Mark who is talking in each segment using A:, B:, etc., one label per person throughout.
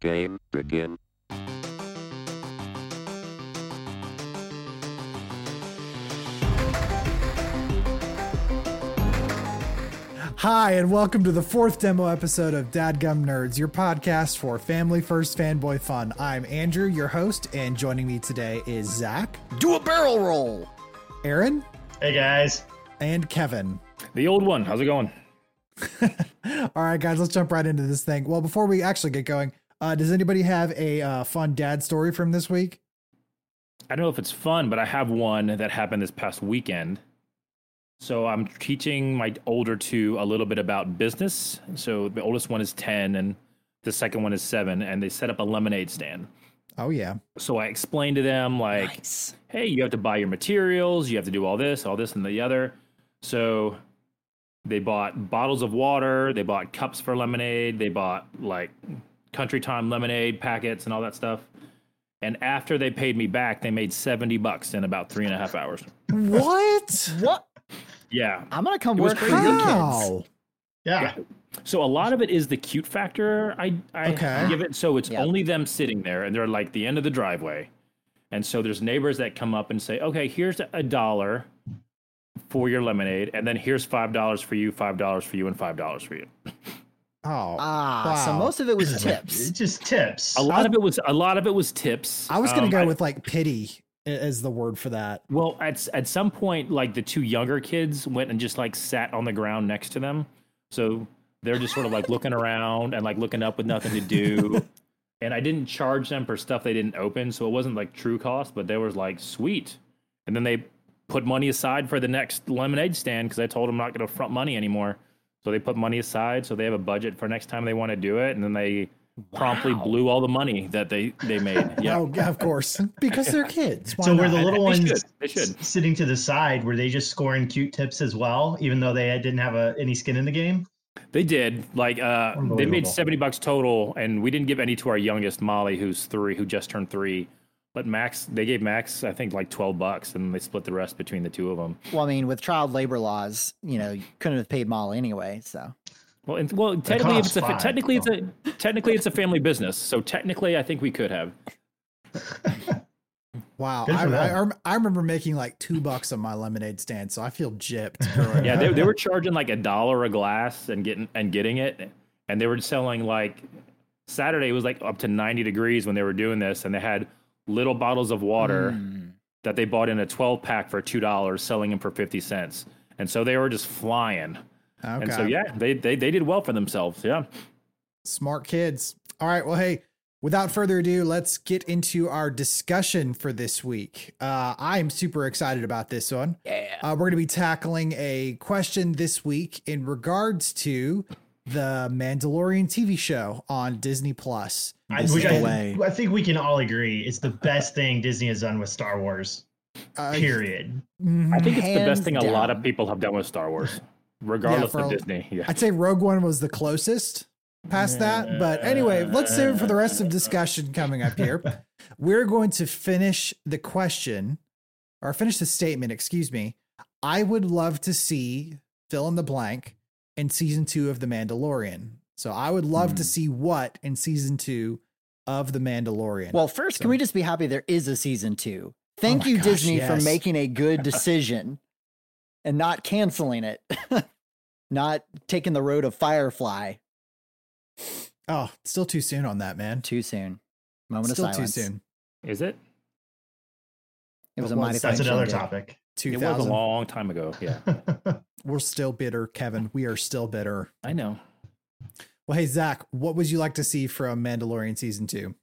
A: Game, begin.
B: Hi, and welcome to the fourth demo episode of Dadgum Nerds, your podcast for family first fanboy fun. I'm Andrew, your host, and joining me today is Zach,
C: Do a barrel roll.
B: Aaron,
D: Hey guys,
B: and Kevin.
E: The old one. How's it going?
B: All right, guys, let's jump right into this thing. Well, before we actually get going, uh, does anybody have a uh, fun dad story from this week?
E: I don't know if it's fun, but I have one that happened this past weekend. So I'm teaching my older two a little bit about business. So the oldest one is 10 and the second one is 7 and they set up a lemonade stand.
B: Oh, yeah.
E: So I explained to them like,
C: Nice.
E: "Hey, you have to buy your materials, you have to do all this, all this and the other." So they bought bottles of water, they bought cups for lemonade, they bought like country time lemonade packets and all that stuff. And after they paid me back, they made seventy bucks in about three and a half hours.
B: What?
C: What?
E: Yeah.
C: I'm gonna come
E: It was
C: work for
E: crazy.
C: your kids.
B: How?
D: yeah,
E: So a lot of it is the cute factor. I I
B: Okay.
E: give it. So it's
C: Yeah.
E: only them sitting there, and they're like the end of the driveway, and so there's neighbors that come up and say, "Okay, here's a dollar for your lemonade, and then here's five dollars for you, five dollars for you, and five dollars for you."
B: Oh.
C: Ah, so
B: Wow.
C: most of it was
D: it's
C: tips.
D: just tips.
E: A lot of it was a lot of it was tips.
B: I was going
E: Um,
B: to
E: I-
B: go with like pity i- is the word for that.
E: Well, at s- at some point, like the two younger kids went and just like sat on the ground next to them, so they're just sort of like looking around and like looking up with nothing to do. and I didn't charge them for stuff they didn't open, so it wasn't like true cost, but they was like sweet. And then they put money aside for the next lemonade stand because I told them I'm not going to front money anymore. So they put money aside, so they have a budget for next time they want to do it, and then they promptly blew all the money that they they made. Yeah.
B: Oh, of course, because they're kids. Why
D: so were the
B: not?
D: little
E: They should.
D: ones
E: They should.
D: s- sitting to the side? Were they just scoring cute tips as well, even though they didn't have a, any skin in the game?
E: They did. Like uh, they made
D: Unbelievable.
E: seventy bucks total, and we didn't give any to our youngest Molly, who's three, who just turned three. But Max, they gave Max, I think, like twelve bucks, and they split the rest between the two of them.
C: Well, I mean, with child labor laws, you know, you couldn't have paid Molly anyway. So
E: Well, and, well, technically,
D: cost
E: it's a,
D: five,
E: technically it's a technically it's a family business. So technically, I think we could have.
B: Wow,
D: Good
B: I,
D: for them.
B: I, I rem- I remember making like two bucks on my lemonade stand, so I feel gypped. growing
E: Yeah,
B: up.
E: they, they were charging like a dollar a glass and getting and getting it, and they were selling like Saturday was like up to ninety degrees when they were doing this, and they had little bottles of water. that they bought in a 12 pack for two dollars, selling them for 50 cents. And so they were just flying.
B: okay.
E: And so yeah, they, they they did well for themselves. Yeah.
B: smart kids. All right, well, hey, without further ado, let's get into our discussion for this week. Uh, I am super excited about this one.
C: yeah.
B: Uh, we're going to be tackling a question this week in regards to the Mandalorian TV show on Disney Plus.
D: I,
B: This
D: we-
B: is the
D: I,
B: way.
D: I think we can all agree it's the best thing Disney has done with Star Wars.
B: Uh,
D: Period.
B: mhm.
E: I think it's the
C: Hands
E: best thing a lot
C: down.
E: of people have done with Star Wars, regardless
B: for
E: of
B: a-
E: Disney. Yeah.
B: I'd say Rogue One was the closest past that. But anyway, let's save it for the rest of discussion coming up here. We're going to finish the question or finish the statement, excuse me. I would love to see fill in the blank in season two of The Mandalorian. So I would love to see what in season two of The Mandalorian.
C: Well, first, can
B: So- Oh
C: we just be happy there is a season two? Thank
B: my
C: you,
B: gosh,
C: Disney, for
B: yes.
C: making a good decision and not canceling it, not taking the road of Firefly
B: oh, it's still too soon on that, man.
C: too soon. Moment
B: Still
C: of
B: too
C: silence.
B: soon.
E: Is it?
C: It was a
B: Well,
C: mighty
D: That's
C: fine
D: another
C: show, dude.
D: topic.
E: It was a
B: 2000.
E: long time ago. Yeah.
B: We're still bitter, Kevin. We are still bitter.
E: I know.
B: Well, hey, Zach, what would you like to see from Mandalorian season two?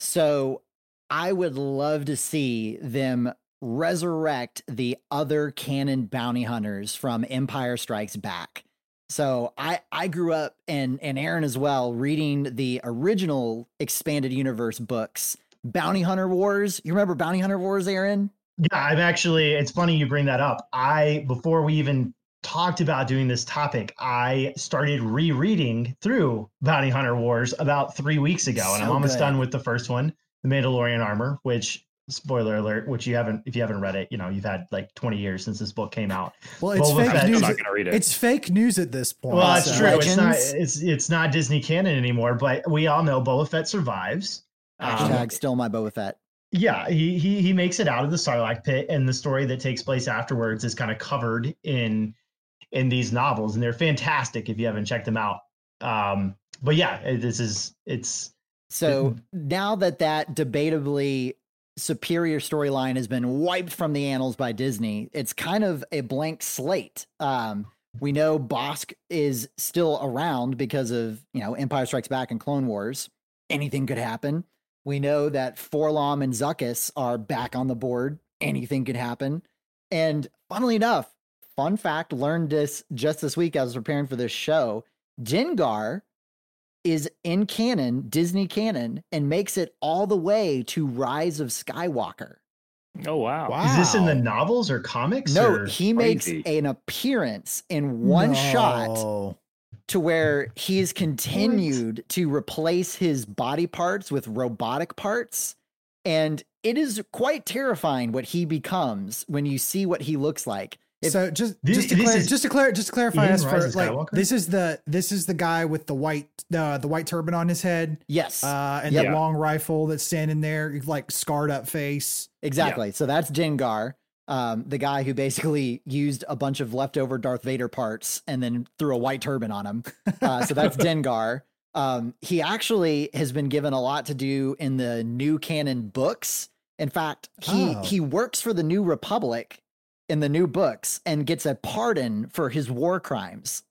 C: So I would love to see them resurrect the other canon bounty hunters from Empire Strikes Back. So I I grew up and and Aaron as well reading the original expanded universe books. Bounty Hunter Wars. You remember Bounty Hunter Wars, Aaron?
D: Yeah, I'm actually. It's funny you bring that up. I before we even talked about doing this topic, I started rereading through Bounty Hunter Wars about three weeks ago, and I'm
C: So
D: almost
C: good.
D: done with the first one, The Mandalorian Armor, which spoiler alert, which you haven't if you haven't read it, you know, you've had like 20 years since this book came out.
B: Well, it's
D: Boba
B: fake
D: Fett-
E: I'm
B: news.
E: not gonna read it.
B: It's fake news at this point.
D: Well, it's
C: so-
D: true. It's not
C: Legends?
D: it's it's not Disney canon anymore, but we all know Boba Fett survives. Um,
C: Hashtag still my Boba Fett.
D: yeah, he he he makes it out of the Sarlacc pit, and the story that takes place afterwards is kind of covered in in these novels, and they're fantastic if you haven't checked them out. Um, but yeah, eh, this is it's
C: So now that that debatably superior storyline has been wiped from the annals by Disney, it's kind of a blank slate. Um, we know Bosk is still around because of you know Empire Strikes Back and Clone Wars. Anything could happen. We know that Forlom and Zuckus are back on the board. Anything could happen. And funnily enough, fun fact learned this just this week. I was preparing for this show. Dengar is in canon, Disney canon, and makes it all the way to Rise of Skywalker.
E: oh wow.
B: Wow.
D: is this in the novels or comics?
C: No,
D: or-
C: he makes
E: crazy.
C: an appearance in one shot
B: No.
C: to where he is continued to replace his body parts with robotic parts. And it is quite terrifying what he becomes when you see what he looks like. If-
B: so just
D: Thi-
B: just to
D: this
B: clar-
D: is-
B: just to clar- just to clarify
D: It
B: us
D: is
B: for
D: Rise of
B: like
D: Skywalker?
B: this is the this is the guy with the white uh, the white turban on his head
C: Yes,
B: uh, and the
E: Yeah.
B: long rifle that's standing there like scarred up face.
C: exactly. So that's Dengar, um, the guy who basically used a bunch of leftover Darth Vader parts and then threw a white turban on him. Uh, so that's Dengar. Um, he actually has been given a lot to do in the new canon books. In fact, he
B: Oh.
C: he works for the New Republic in the new books and gets a pardon for his war crimes.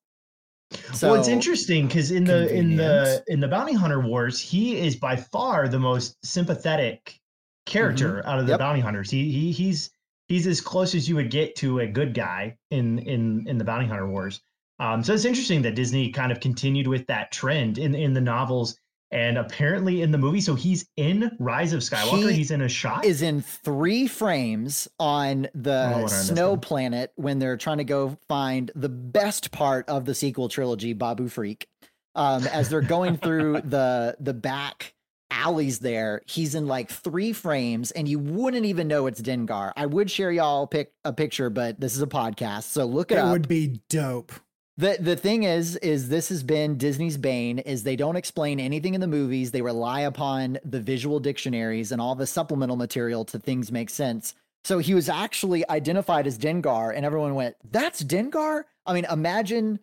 C: So
D: well, it's interesting because in the in the
B: Convenient.
D: in the bounty hunter wars, he is by far the most sympathetic character out of the
C: Mm-hmm. Yep.
D: bounty hunters. He he he's he's as close as you would get to a good guy in in in the bounty hunter wars. Um, so it's interesting that Disney kind of continued with that trend in in the novels and apparently in the movie. So he's in Rise of Skywalker.
C: He
D: he's in a shot.
C: is in three frames on
D: I
C: the
D: wonder on this
C: snow
D: one.
C: planet when they're trying to go find the best part of the sequel trilogy, Babu Freak. Um, as they're going through the the back alleys there, he's in like three frames, and you wouldn't even know it's Dengar. I would share y'all pick a picture, but this is a podcast, so look it
B: It
C: up.
B: would be dope.
C: The the thing is, is this has been Disney's bane. Is they don't explain anything in the movies. They rely upon the visual dictionaries and all the supplemental material to things make sense. So he was actually identified as Dengar, and everyone went, "That's Dengar." I mean, imagine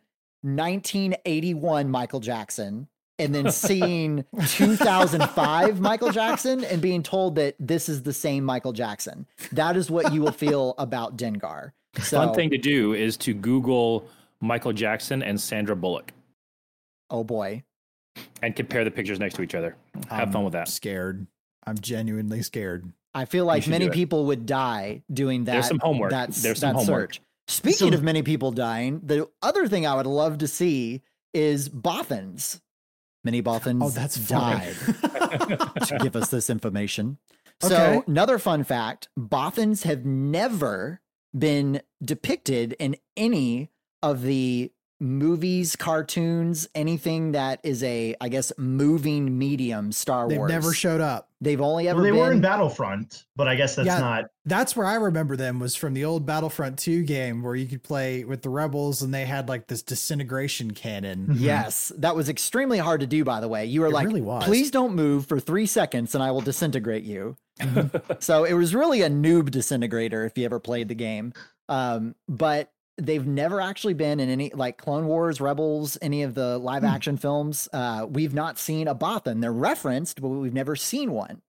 C: 1981 Michael Jackson, and then seeing 2005 Michael Jackson, and being told that this is the same Michael Jackson. That is what you will feel about Dengar. So,
E: Fun thing to do is to Google Michael Jackson and Sandra Bullock
C: oh boy.
E: and compare the pictures next to each other. Have fun with that.
B: Scared. I'm genuinely scared.
C: I feel like
E: should
C: many
E: do it.
C: people would die doing that.
E: There's some homework.
C: That's,
E: There's some
C: that
E: homework.
C: search. Speaking
D: So-
C: of many people dying, the other thing I would love to see is boffins. Many boffins
B: Oh, that's
C: died
B: fine.
C: to give us this information.
B: Okay.
C: So, another fun fact boffins have never been depicted in any of the movies, cartoons, anything that is a, I guess, moving medium, Star
B: They've
C: Wars.
B: never showed up.
C: They've only ever
D: well, they
C: been
D: were in Battlefront, but I guess that's
B: Yeah.
D: not
B: That's where I remember them was from the old Battlefront 2 game where you could play with the rebels and they had like this disintegration cannon.
C: Yes, that was extremely hard to do. By the way, you were
B: Mm-hmm. It
C: like,
B: really was.
C: "Please don't move for three seconds, and I will disintegrate you."
B: Mm-hmm.
C: so it was really a noob disintegrator if you ever played the game. Um, but they've never actually been in any like Clone Wars, Rebels, any of the
B: Mm.
C: live action films. Uh, we've not seen a Bothan. They're referenced, but we've never seen one.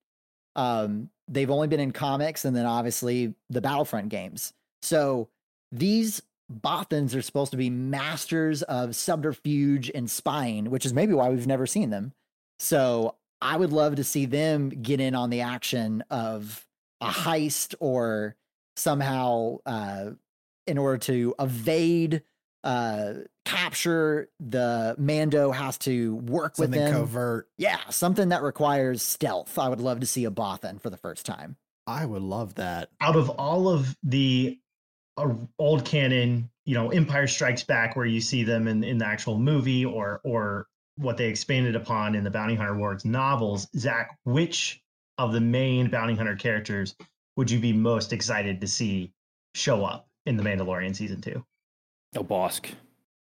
C: Um, they've only been in comics, and then obviously the Battlefront games. So these Bothans are supposed to be masters of subterfuge and spying, which is maybe why we've never seen them. So I would love to see them get in on the action of a heist or somehow uh, in order to evade uh, capture the Mando has to work
B: Something
C: with them.
B: covert.
C: Yeah, something that requires stealth. I would love to see a Bothan for the first time.
B: I would love that.
D: out of all of the uh, old canon, you know, Empire Strikes Back, where you see them in, in the actual movie or or what they expanded upon in the Bounty Hunter Wars novels, Zach, which of the main bounty hunter characters would you be most excited to see show up in the Mandalorian season two?
E: Oh, Bosk.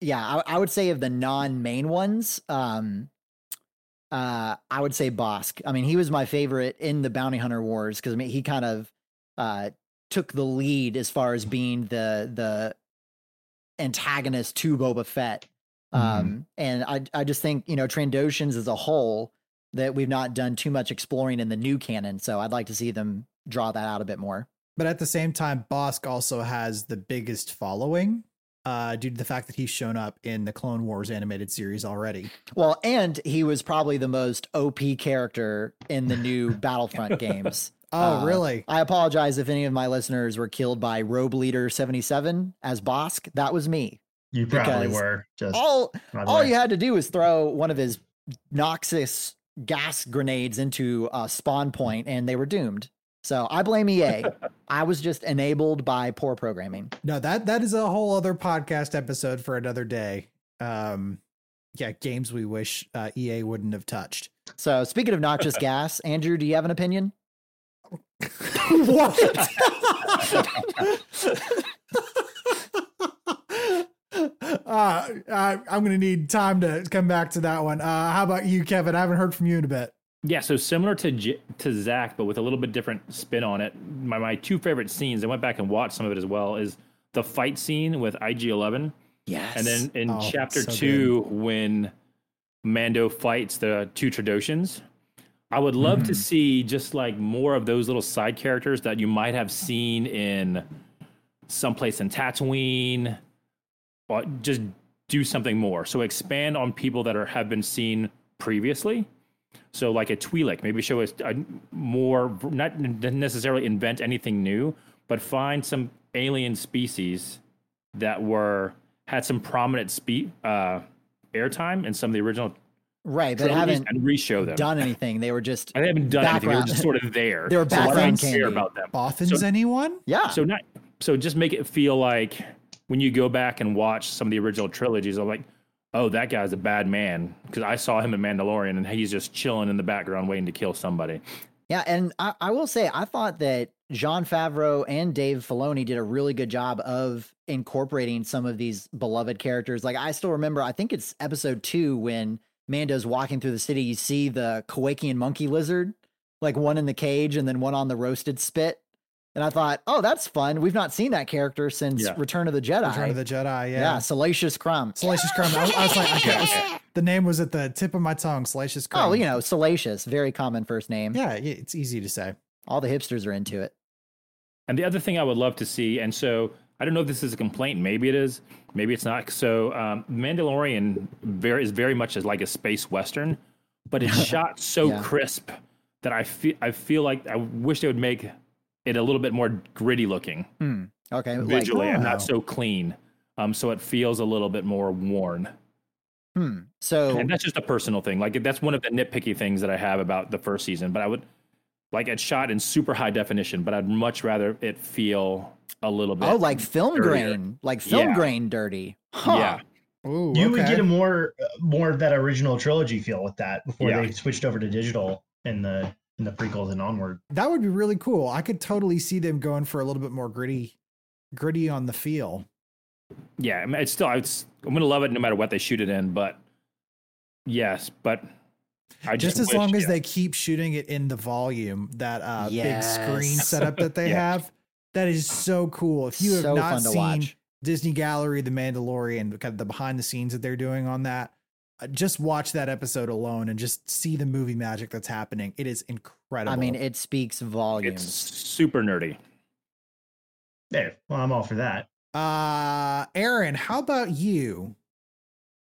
C: Yeah, I, I would say of the non-main ones, um, uh, I would say Bosk. I mean, he was my favorite in the Bounty Hunter Wars because I mean he kind of uh, took the lead as far as being the the antagonist to Boba Fett. Um, and I I just think you know Trandoshans as a whole that we've not done too much exploring in the new canon, so I'd like to see them draw that out a bit more.
B: But at the same time, Bosk also has the biggest following uh, due to the fact that he's shown up in the Clone Wars animated series already.
C: Well, and he was probably the most OP character in the new Battlefront games.
B: Oh,
C: Uh,
B: really?
C: I apologize if any of my listeners were killed by Robe Leader 77 as Bosk. That was me.
D: You probably
C: Because
D: were just
C: All
D: by the
C: all
D: way.
C: you had to do was throw one of his Noxus gas grenades into a spawn point and they were doomed. So I blame EA. I was just enabled by poor programming.
B: No, that that is a whole other podcast episode for another day. Um, yeah, games we wish uh, EA wouldn't have touched.
C: So speaking of noxious gas, Andrew, do you have an opinion?
B: what? uh, I, I'm going to need time to come back to that one. Uh, how about you, Kevin? I haven't heard from you in a bit.
E: Yeah, so similar to J- to Zach, but with a little bit different spin on it. My my two favorite scenes. I went back and watched some of it as well. Is the fight scene with IG Eleven,
C: Yes.
E: and then in
B: Oh,
E: chapter
B: so
E: two when Mando fights the two Tradoshans. I would love
B: Mm.
E: to see just like more of those little side characters that you might have seen in someplace in Tatooine, or just do something more. So expand on people that are have been seen previously. So like a Twi'lek, maybe show us a more not necessarily invent anything new, but find some alien species that were had some prominent spe- uh, airtime in some of the original
C: right, but
E: trilogies
C: haven't
E: and reshow them.
C: done anything. They were just
E: and they haven't done anything; they were
C: Background.
E: just sort of there.
C: They were
E: so why do I
C: background
E: care
C: candy.
E: about them?
B: Boffins,
E: So-
B: anyone?
C: yeah.
E: So not so just make it feel like when you go back and watch some of the original trilogies, I'm like, oh, that guy's a bad man because I saw him in Mandalorian and he's just chilling in the background waiting to kill somebody.
C: Yeah, and I, I will say I thought that John Favreau and Dave Filoni did a really good job of incorporating some of these beloved characters. Like I still remember, I think it's episode two when Mando's walking through the city. You see the Kowakian monkey lizard, like one in the cage and then one on the roasted spit. And I thought, oh, that's fun. We've not seen that character since
E: Yeah.
C: Return of the Jedi.
B: Return of the Jedi. Yeah.
C: yeah. Salacious Crumb.
B: Salacious Crumb. I, I was like, I can't-
E: Yeah.
B: the name was at the tip of my tongue. Salacious Crumb.
C: Oh, you know, Salacious, very common first name.
B: Yeah, yeah, it's easy to say.
C: All the hipsters are into it.
E: And the other thing I would love to see, and so I don't know if this is a complaint. Maybe it is. Maybe it's not. So um, Mandalorian very is very much as like a space western, but it's shot so
C: Yeah.
E: crisp that I feel I feel like I wish they would make it a little bit more gritty looking
C: Hmm. Okay. Like,
E: visually and
B: wow.
E: not so clean. Um, so it feels a little bit more worn.
C: hmm. So
E: And that's just a personal thing. Like that's one of the nitpicky things that I have about the first season. But I would like it shot in super high definition, but I'd much rather it feel a little bit.
C: Oh, like film
E: dirtier.
C: grain, like film
E: Yeah.
C: grain dirty. Huh.
E: yeah,
B: Ooh,
D: you would
B: Oh, okay.
D: get a more uh, more of that original trilogy feel with that before
E: Yeah.
D: they switched over to digital in the in the prequels and onward.
B: that would be really cool. I could totally see them going for a little bit more gritty, gritty on the feel.
E: yeah. I mean, it's still it's, I'm gonna love it no matter what they shoot it in. But yes, but I just,
B: just as
E: wish-
B: long as
E: yeah.
B: they keep shooting it in the volume that uh big screen
C: Yes.
B: setup that they
E: Yeah.
B: have that is so cool if you have
C: So
B: not
C: fun to
B: seen
C: watch.
B: disney gallery the mandalorian kind of the behind the scenes that they're doing on that uh, just watch that episode alone and just see the movie magic that's happening it is incredible
C: I mean, it speaks
E: it's
C: volumes.
E: super nerdy.
D: There, well, I'm all for that.
B: uh aaron how about you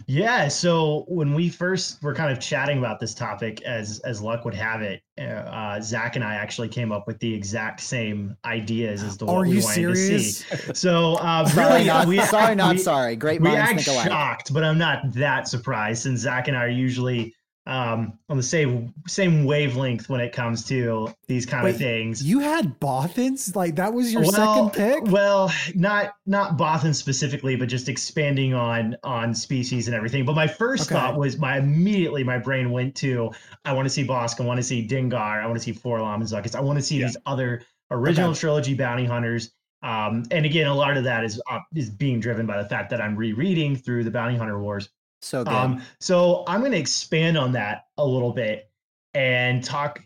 D: Yeah, so when we first were kind of chatting about this topic, as as luck would have it, uh, uh, Zach and I actually came up with the exact same ideas as the
B: are
D: what we
B: you
D: wanted
B: serious
D: to see. So uh,
C: Sorry,
D: really,
C: not,
D: we,
C: sorry, not
D: we,
C: sorry. Great
D: we
C: minds
D: act
C: think alike.
D: shocked, but I'm not that surprised. Since Zach and I are usually um, on the same same wavelength when it comes to these kind
B: Wait,
D: of things.
B: You had Bothans? Like that was your second pick?
D: Well, not not Bothan specifically, but just expanding on on species and everything. But my first
B: Okay.
D: thought was my immediately my brain went to I want to see Bosk, I want to see Dengar, I want to see Forlom and Zuckus. I want to see
E: Yeah.
D: these other original trilogy bounty hunters. Um, and again, a lot of that is uh, is being driven by the fact that I'm rereading through the Bounty Hunter Wars.
C: So good.
D: Um, so I'm going to expand on that a little bit and talk.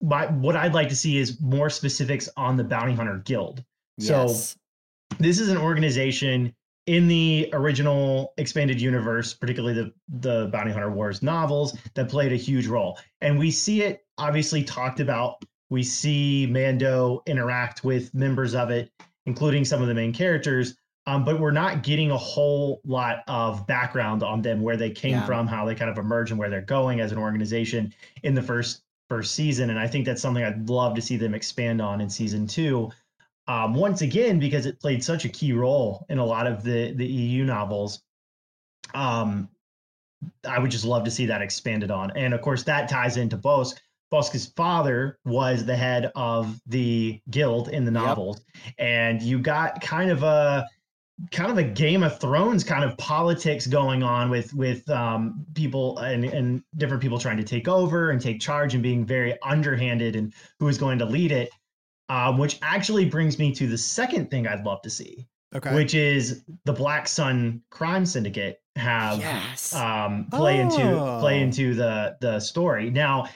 D: My, what I'd like to see is more specifics on the Bounty Hunter Guild. so-
C: yes.
D: This is an organization in the original expanded universe, particularly the the Bounty Hunter Wars novels, that played a huge role, and we see it obviously talked about. We see Mando interact with members of it, including some of the main characters. Um, but we're not getting a whole lot of background on them, where they came
C: Yeah.
D: from, how they kind of emerged, and where they're going as an organization in the first first season. And I think that's something I'd love to see them expand on in season two. Um, once again, because it played such a key role in a lot of the the EU novels, um, I would just love to see that expanded on. And of course, that ties into Bosk. Bosk's father was the head of the guild in the
C: Yep.
D: novels, and you got kind of a kind of a Game of Thrones kind of politics going on with with um, people and and different people trying to take over and take charge and being very underhanded and who is going to lead it. Um, which actually brings me to the second thing I'd love to see,
B: okay.
D: which is the Black Sun Crime Syndicate have
C: yes.
D: um, play into play
B: Oh.
D: into the the story. Now,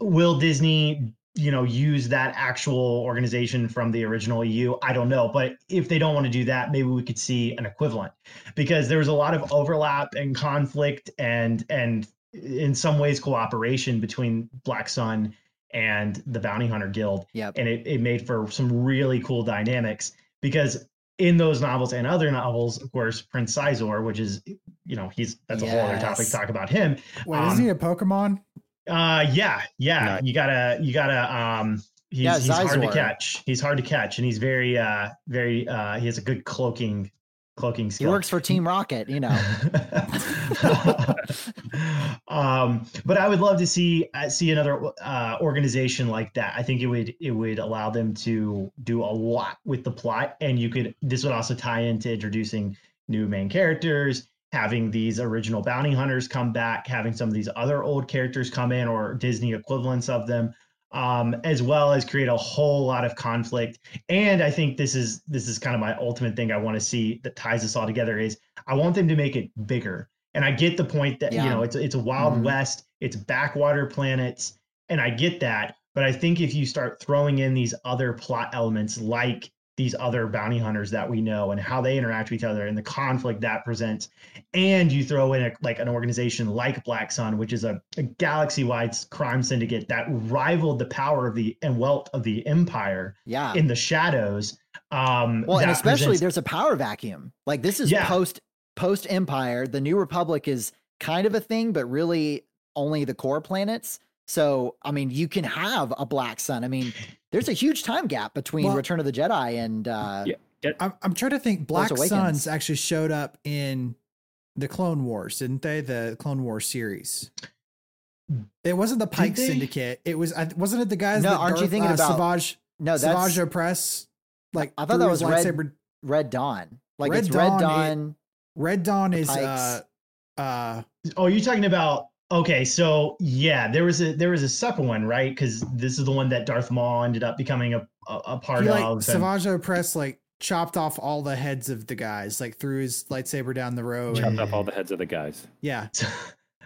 D: will Disney, you know, use that actual organization from the original EU? I don't know, but if they don't want to do that, maybe we could see an equivalent because there was a lot of overlap and conflict and and in some ways cooperation between Black Sun and the Bounty Hunter Guild
C: yep.
D: and it, it made for some really cool dynamics because in those novels and other novels, of course, Prince Sizor, which is, you know, he's that's a whole other topic.
C: Yes.
D: Talk about him.
B: Wait, isn't
D: um,
B: he a Pokemon?
D: Uh, yeah, yeah.
E: Nice.
D: You gotta, you gotta. Um, he's,
C: Yeah,
D: he's hard to
C: Sizor.
D: catch. He's hard to catch, and he's very, uh, very. Uh, he has a good cloaking, cloaking
C: He
D: skill.
C: works for Team Rocket, you know.
D: um, but I would love to see uh, see another uh, organization like that. I think it would it would allow them to do a lot with the plot, and you could this would also tie into introducing new main characters, having these original bounty hunters come back, having some of these other old characters come in or Disney equivalents of them, um, as well as create a whole lot of conflict. And I think this is this is kind of my ultimate thing I want to see that ties us all together is I want them to make it bigger. And I get the point that you
C: Yeah.
D: know it's it's a wild
C: Mhm.
D: west, it's backwater planets, and I get that. But I think if you start throwing in these other plot elements like these other bounty hunters that we know and how they interact with each other and the conflict that presents, and you throw in a, like an organization like Black Sun, which is a, a galaxy-wide crime syndicate that rivaled the power of the and wealth of the empire
C: Yeah.
D: in the shadows. Um,
C: well, and
D: that
C: especially
D: presents-
C: there's a power vacuum. Like this is
D: Yeah.
C: post post Empire. The New Republic is kind of a thing, but really only the core planets. So I mean, you can have a black sun. I mean, there's a huge time gap between
B: Well-
C: Return of the Jedi and uh,
E: Yeah.
B: I'm, I'm trying to think. Black
C: Awakens.
B: Suns actually showed up in the Clone Wars, didn't they? The Clone Wars series. It wasn't the Pike
D: they?
B: Syndicate. It was I- wasn't it the guys
C: No,
B: that
C: aren't you
B: Darth,
C: thinking
B: uh,
C: about-
B: Savage
C: no, that's
B: Savage Press? Like
C: I thought
B: threw
C: that
B: his
C: was Red-
B: lightsaber.
C: Red Dawn. Like
B: Red
C: it's
B: Dawn,
C: Red
B: it-
C: Dawn.
B: Red Dawn is uh
C: Pikes.
B: uh
D: Oh, you're talking about okay. So yeah, there was a there was a second one, right? Because this is the one that Darth Maul ended up becoming a a, a part
B: he
D: of.
B: like
D: and-
B: Savage Press like chopped off all the heads of the guys, like threw his lightsaber down the road.
E: chopped
B: and-
E: up all the heads of the guys.
B: yeah.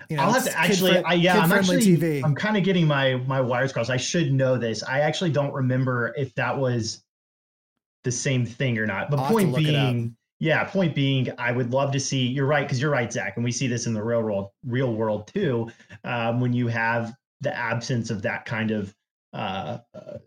B: You
D: I'll have
B: it's
D: to actually.
B: kid-fri-
D: I, yeah, I'm
B: kid-friendly
D: actually.
B: TV.
D: I'm kind of getting my my wires crossed. I should know this. I actually don't remember if that was the same thing or not. But
B: I'll have to
D: point
B: look it up.
D: being, yeah, point being, I would love to see. You're right because you're right, Zach, and we see this in the real world, real world too. Um, when you have the absence of that kind of uh, uh,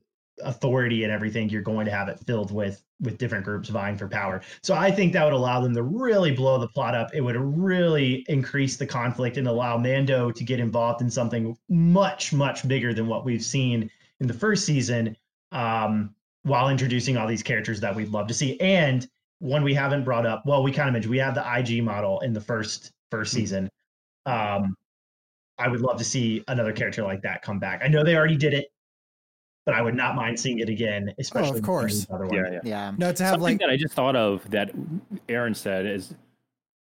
D: authority and everything, you're going to have it filled with with different groups vying for power. So I think that would allow them to really blow the plot up. It would really increase the conflict and allow Mando to get involved in something much much bigger than what we've seen in the first season. Um, while introducing all these characters that we'd love to see, and one we haven't brought up.
B: Hmm.
D: Well, we kind of mentioned we have the IG model in the first first season. Um, I would love to see another character like that come back. I know they already did it, but I would not mind seeing it again, especially
B: Oh, of
D: with
B: course.
D: another one. Uh,
E: Yeah, yeah.
C: Yeah.
B: No, to have
E: Something
B: like
E: that I just thought of that Aaron said is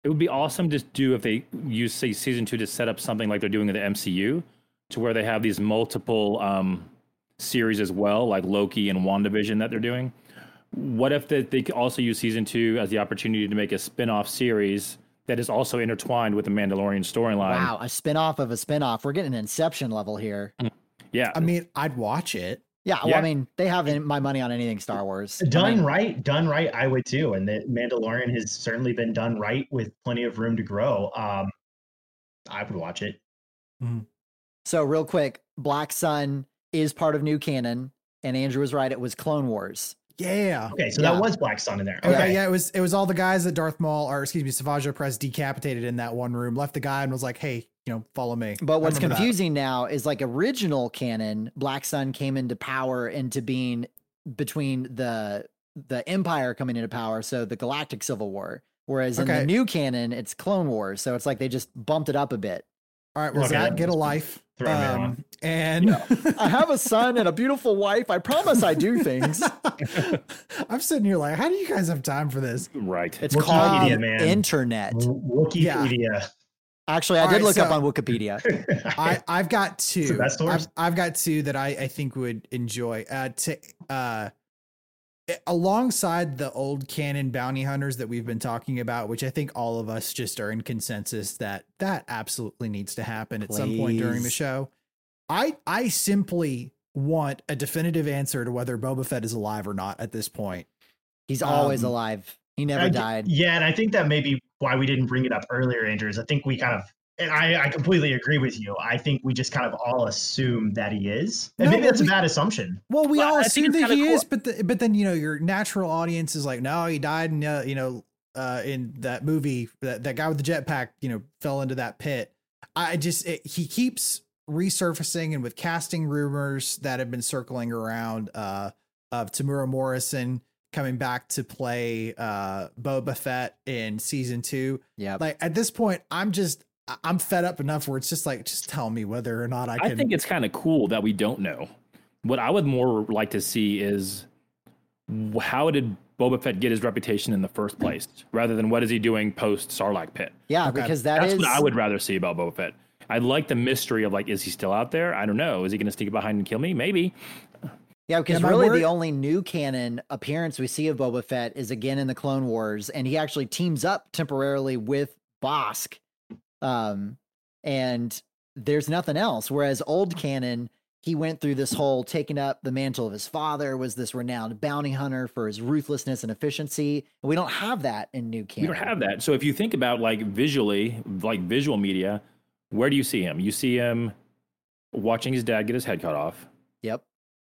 E: it would be awesome to do if they use say, season two to set up something like they're doing in the MCU to where they have these multiple um, series as well, like Loki and WandaVision that they're doing. What if they, they could also use season two as the opportunity to make a spin off series that is also intertwined with the Mandalorian storyline?
C: Wow. A spin off of a spin off. We're getting inception level here.
E: Yeah.
B: I mean, I'd watch it.
C: Yeah. Well,
E: Yeah.
C: I mean, they have in- my money on anything Star Wars. I
D: Done
C: mean,
D: right, done right, I would too. And the Mandalorian has certainly been done right with plenty of room to grow. Um, I would watch it.
C: So, real quick Black Sun is part of New Canon. And Andrew was right. It was Clone Wars.
B: Yeah.
D: Okay, so
C: Yeah.
D: that was Black Sun in there.
B: Okay,
D: Okay,
B: yeah, it was it was all the guys that Darth Maul or excuse me, Savage Press decapitated in that one room, left the guy and was like, "Hey, you know, follow me." I
C: But what's
B: remember that.
C: confusing now is like original canon, Black Sun came into power into being between the the Empire coming into power, so the Galactic Civil War. Whereas in
B: Okay.
C: the new canon, it's Clone Wars, so it's like they just bumped it up a bit.
B: All right, well,
D: Okay,
B: Zach,
D: that
B: get a
D: was
B: life.
D: throwing me
B: Um,
D: off.
B: and
C: I have a son and a beautiful wife. I promise I do things.
B: I'm sitting here like, how do you guys have time for this?
E: right.
C: It's
D: Wikipedia,
C: called
D: man.
C: internet.
D: Wikipedia.
C: Actually, I
B: All
C: did
B: right,
C: look up
B: so-
C: on Wikipedia.
B: I I've got two.
D: the best
B: I've,
D: horse?
B: I've got two that I I think would enjoy. Uh, to uh, eh, alongside the old canon bounty hunters that we've been talking about, which I think all of us just are in consensus that that absolutely needs to happen at some point during the
C: Please.
B: show. I I simply want a definitive answer to whether Boba Fett is alive or not at this point.
C: He's always
B: Um,
C: alive. He never
D: I d-
C: died.
D: Yeah, and I think that may be why we didn't bring it up earlier, Andrew. Is I think we kind of, and I, I completely agree with you. I think we just kind of all assume that he is, and
B: No,
D: maybe
B: but
D: that's
B: we-
D: a bad assumption.
B: Well, we
E: Well,
B: all
E: I think
B: assume
E: it's
B: that
E: kinda
B: he
E: cool.
B: is, but the, but then you know your natural audience is like, no, he died in uh, you know uh, in that movie that that guy with the jetpack you know fell into that pit. I just it, he keeps resurfacing and with casting rumors that have been circling around uh, of Tamura Morrison coming back to play uh, Boba Fett in season two.
C: Yeah.
B: Like at this point, I'm just I- I'm fed up enough where it's just like, just tell me whether or not I
E: I,
B: can.
E: think it's kind of cool that we don't know. What I would more like to see is wh- how did Boba Fett get his reputation in the first place, rather than what is he doing post Sarlacc pit.
C: Yeah,
B: Okay.
C: because that
E: That's
C: is
E: what I would rather see about Boba Fett. I like the mystery of like, is he still out there? I don't know. Is he going to sneak behind and kill me? Maybe.
C: Yeah, because
B: my
C: really
B: word-
C: the only new canon appearance we see of Boba Fett is again in the Clone Wars, and he actually teams up temporarily with Bosk. Um, and there's nothing else. Whereas old canon, he went through this whole taking up the mantle of his father, was this renowned bounty hunter for his ruthlessness and efficiency. And we don't have that in new
E: We
C: canon.
E: don't have that. So if you think about like visually, like visual media, where do you see him? You see him watching his dad get his head cut off.
C: Yep.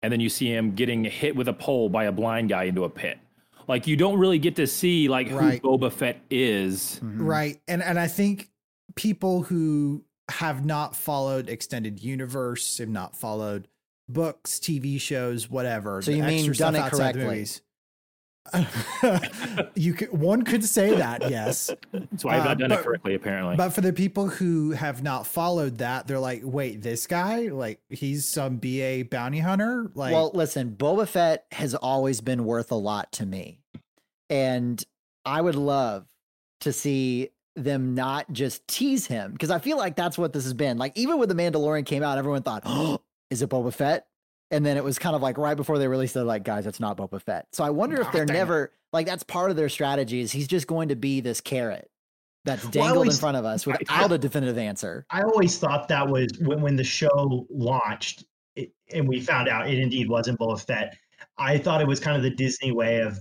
E: and then you see him getting hit with a pole by a blind guy into a pit. Like you don't really get to see like
B: Right.
E: who Boba Fett is.
C: Mhm.
B: right and and i think people who have not followed extended universe have not followed books tv shows whatever
C: So
B: the
C: you mean
B: extra stuff
C: done it
B: outside the
C: correctly.
B: movies. you could one could say that yes
E: So I've
B: Uh,
E: not done
B: but-
E: it correctly, apparently.
B: but for the people who have not followed that they're like wait this guy like he's some ba bounty hunter like
C: well, listen, Boba Fett has always been worth a lot to me. And I would love to see them not just tease him because I feel like that's what this has been. Like, even when The Mandalorian came out, everyone thought, oh, is it Boba Fett? And then it was kind of like right before they released, they're like, guys, it's not Boba Fett. So I wonder if
B: Ah,
C: they're
B: dang it.
C: never like that's part of their strategy is he's just going to be this carrot that's
D: I
C: dangled in
D: always-
C: front of us
E: I- I-
C: without a definitive answer.
D: I always thought that was when, when the show launched it, and we found out it indeed wasn't Boba Fett. I thought it was kind of the Disney way of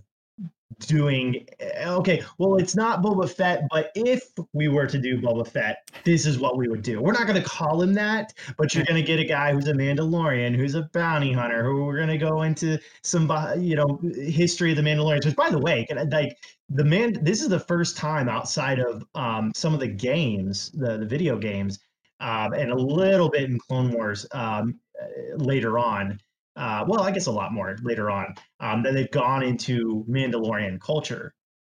D: doing eh, okay, well, it's not Boba Fett, but if we were to do Boba Fett, this is what we would do. We're not going to call him that, but you're going to get a guy who's a Mandalorian, who's a bounty hunter, who we're going to go into some, bi- you know, history of the Mandalorians, which by the way, can I, like the man this is the first time outside of um, some of the games the, the video games um, and a little bit in clone wars um, uh, later on uh, well i guess a lot more later on um, that they've gone into mandalorian E culture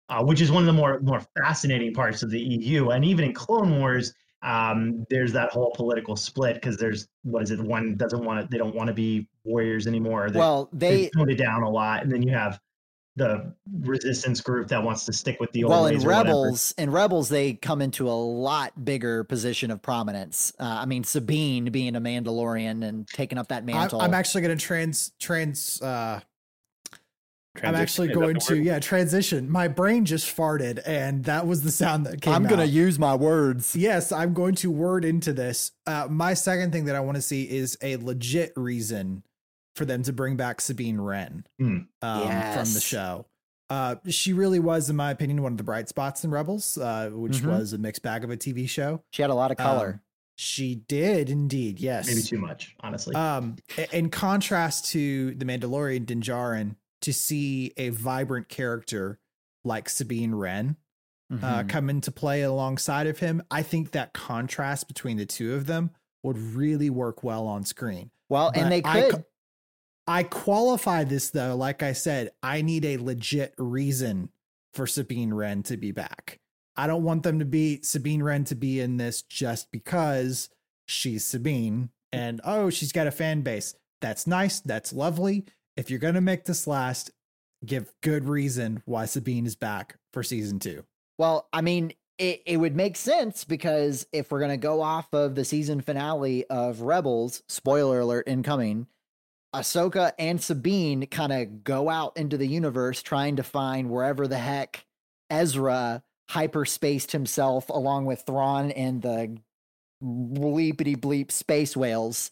D: uh, which is one of the more more fascinating parts of the eu and even in clone wars um, there's that whole political split because there's what is it? One doesn't want to, they don't want to be warriors anymore. They,
C: well,
D: they
C: they
D: toned it down a lot, and then you have the resistance group that wants to stick with the old
C: well in
D: ways or whatever.
C: rebels in rebels they come into a lot bigger position of prominence. Uh, I mean Sabine being a Mandalorian and taking up that
B: I'm,
C: mantle.
B: I'm actually going to trans trans. Uh, I'm
E: Transition,
B: actually
E: is that
B: going
E: the
B: to
E: word?
B: yeah transition. My brain just farted, and that was the sound that came.
C: I'm gonna
B: out.
C: use my words.
B: Yes, I'm going to word into this. Uh, my second thing that I want to see is a legit reason for them to bring back Sabine Wren
D: Hmm.
B: um, from the
C: Yes.
B: show. Uh, she really was, in my opinion, one of the bright spots in Rebels, uh, which
D: Mm-hmm.
C: Mhm.
B: was a mixed bag of a TV show.
C: She had a lot of color.
B: Um, she did indeed, yes.
D: maybe too much, honestly.
B: Um, i- in contrast to the Mandalorian Dinjarin, to see a vibrant character like Sabine Wren uh,
C: Mhm.
B: come into play alongside of him. I think that contrast between the two of them would really work well on screen.
C: well,
B: but
C: and they
B: I
C: could.
B: co- I qualify this though, like I said, I need a legit reason for Sabine Wren to be back. I don't want them to be Sabine Wren to be in this just because she's Sabine and oh, she's got a fan base. That's nice. That's lovely. If you're going to make this last, give good reason why Sabine is back for season two.
C: Well, I mean, it, it would make sense because if we're going to go off of the season finale of Rebels, spoiler alert incoming, Ahsoka and Sabine kind of go out into the universe trying to find wherever the heck Ezra hyperspaced himself along with Thrawn and the bleepity bleep space whales.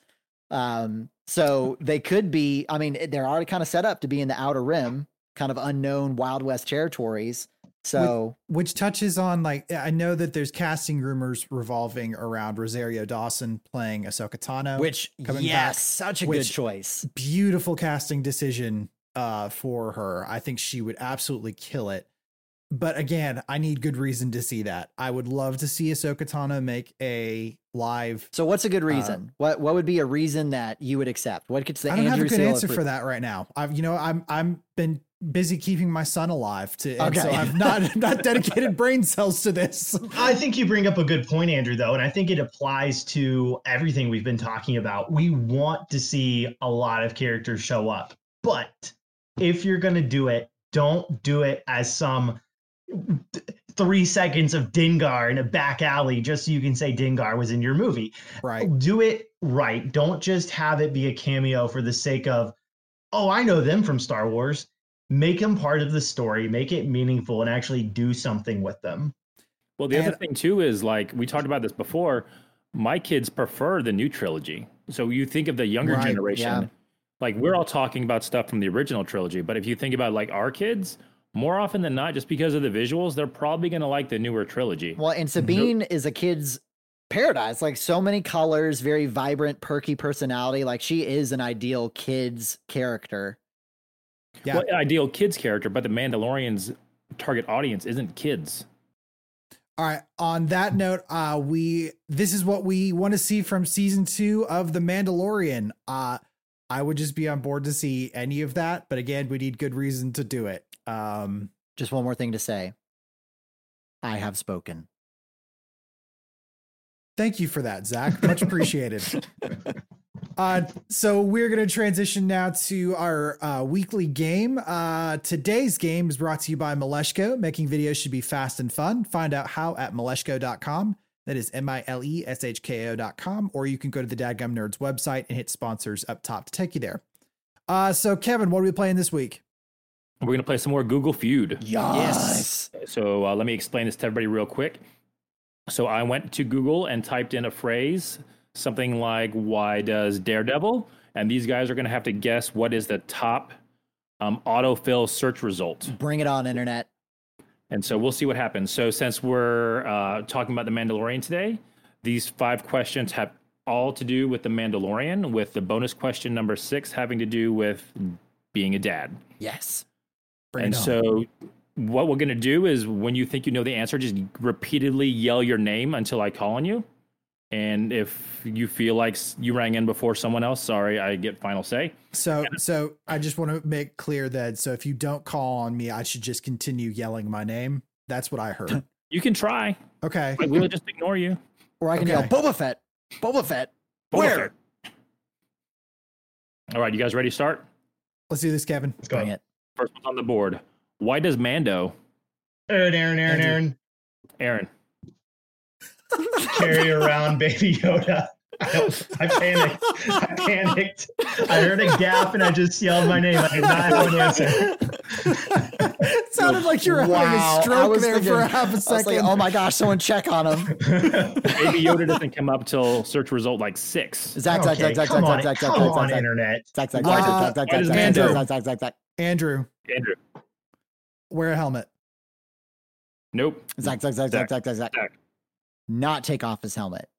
C: Um, so they could be, I mean, they're already kind of set up to be in the outer rim, kind of unknown Wild West territories. So.
B: which touches on like I know that there's casting rumors revolving around Rosario Dawson playing Ahsoka Tano,
C: which
B: coming
C: yes,
B: back,
C: such a
B: which-
C: good choice.
B: beautiful casting decision uh, for her. I think she would absolutely kill it. But again, I need good reason to see that. I would love to see Ahsoka Tano make a live.
C: So, what's a good
B: Um,
C: reason? what what would be a reason that you would accept? What gets the
B: I don't have
C: Andrew
B: a good
C: Seal
B: answer for
C: approved?
B: that right now. I've you know I'm I'm been busy keeping my son alive to, and so
C: Okay.
B: I've not not dedicated brain cells to this.
D: I think you bring up a good point, Andrew, though, and I think it applies to everything we've been talking about. We want to see a lot of characters show up, but if you're going to do it, don't do it as some th- three seconds of Dingar in a back alley just so you can say Dingar was in your movie.
B: Right.
D: Do it right. Don't just have it be a cameo for the sake of, oh, I know them from Star Wars. Make them part of the story, make it meaningful, and actually do something with them.
E: Well, the other
B: And-
E: thing too is like we talked about this before. My kids prefer the new trilogy. So you think of the younger
B: Right,
E: generation,
C: yeah.
E: like we're all talking about stuff from the original trilogy. But if you think about like our kids, more often than not, just because of the visuals, they're probably going to like the newer trilogy.
C: Well, and Sabine is a kid's paradise. Like so many colors, very vibrant, perky personality. Like she is an ideal kid's character.
B: Yeah.
E: Well, ideal kids character, but the Mandalorian's target audience isn't kids.
B: All right. On that note, uh, we this is what we want to see from season two of The Mandalorian. Uh, I would just be on board to see any of that, but again, we need good reason to do it. Um,
C: Just one more thing to say. I have spoken.
B: thank you for that, Zach. Much appreciated. Uh, so we're going to transition now to our uh, weekly game. Uh, today's game is brought to you by Mileshko. Making videos should be fast and fun. Find out how at mileshko.com. That is M I L E S H K O dot com. Or you can go to the Dadgum Nerds website and hit sponsors up top to take you there. Uh, so, Kevin, what are we playing this week?
E: We're going to play some more Google Feud.
C: Yes.
E: So uh, let me explain this to everybody real quick. So I went to Google and typed in a phrase, something like "Why does Daredevil?" And these guys are going to have to guess what is the top um, autofill search result.
C: Bring it on, internet.
E: And so we'll see what happens. So since we're uh, talking about the Mandalorian today, these five questions have all to do with the Mandalorian. With the bonus question number six having to do with being a dad
C: Yes.
B: Bring
E: and
B: it on.
E: so what we're going to do is when you think you know the answer just repeatedly yell your name until i call on you and if you feel like s- you rang in before someone else sorry i get final say
B: so, so I just want to make clear that so if you don't call on me, I should just continue yelling my name. That's what I heard.
E: you can try
B: Okay.
E: like, we'll just ignore you
C: Or I can
B: Okay.
C: yell Boba Fett. Boba Fett. Where?
E: Where? All right, you guys ready to start?
B: Let's do this, Kevin.
D: Let's go.
C: Bring it.
E: First one's on the board. Why does Mando,
D: Aaron, Aaron, Aaron,
B: Andrew.
D: Aaron,
E: Aaron,
D: carry around Baby Yoda. I, I panicked. I panicked. I heard a gap and I just yelled my name. I did not have an answer.
B: it sounded like you were having
C: Wow,
B: a
C: I
B: stroke
C: was
B: there
C: thinking-
B: for half a
C: I was
B: second.
C: like, oh my gosh, someone check on him.
E: Baby Yoda doesn't come up till search result like six.
C: Zach, Zach,
D: Okay,
C: Zach, Zach, Zach,
D: come on,
C: Zach, Zach, Zach,
D: come on,
C: Zach, Zach,
D: internet.
C: Zach, Zach, Zach,
B: Why
C: Zach,
B: does-
C: Zach,
E: why does
C: Zach, Zach,
E: Mando-
C: Zach, Zach, Zach, Zach,
B: Andrew,
E: Andrew,
B: wear a helmet.
E: nope,
C: Zach, Zach, Zach, Zach, Zach, Zach, Zach.
E: Zach.
C: Not take off his helmet.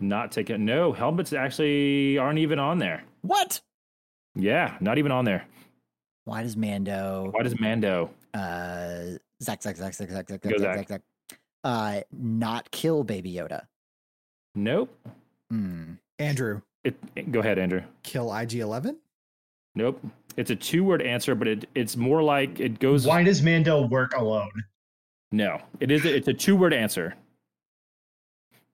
E: not taking. No, helmets actually aren't even on there.
C: What?
E: Yeah, not even on there.
C: Why does Mando
E: Why does Mando?
C: uh Zach Zach Zach Zach Zach Zach
E: Go,
C: Zach Zach
E: Zach.
C: Zach, Zach uh not kill baby Yoda?
E: Nope.
C: Hmm.
B: Andrew,
E: It, go ahead, Andrew.
B: kill IG 11?
E: Nope. It's a two-word answer, but it, it's more like it goes.
D: Why does Mando work alone?
E: No, it is. It's a two-word answer,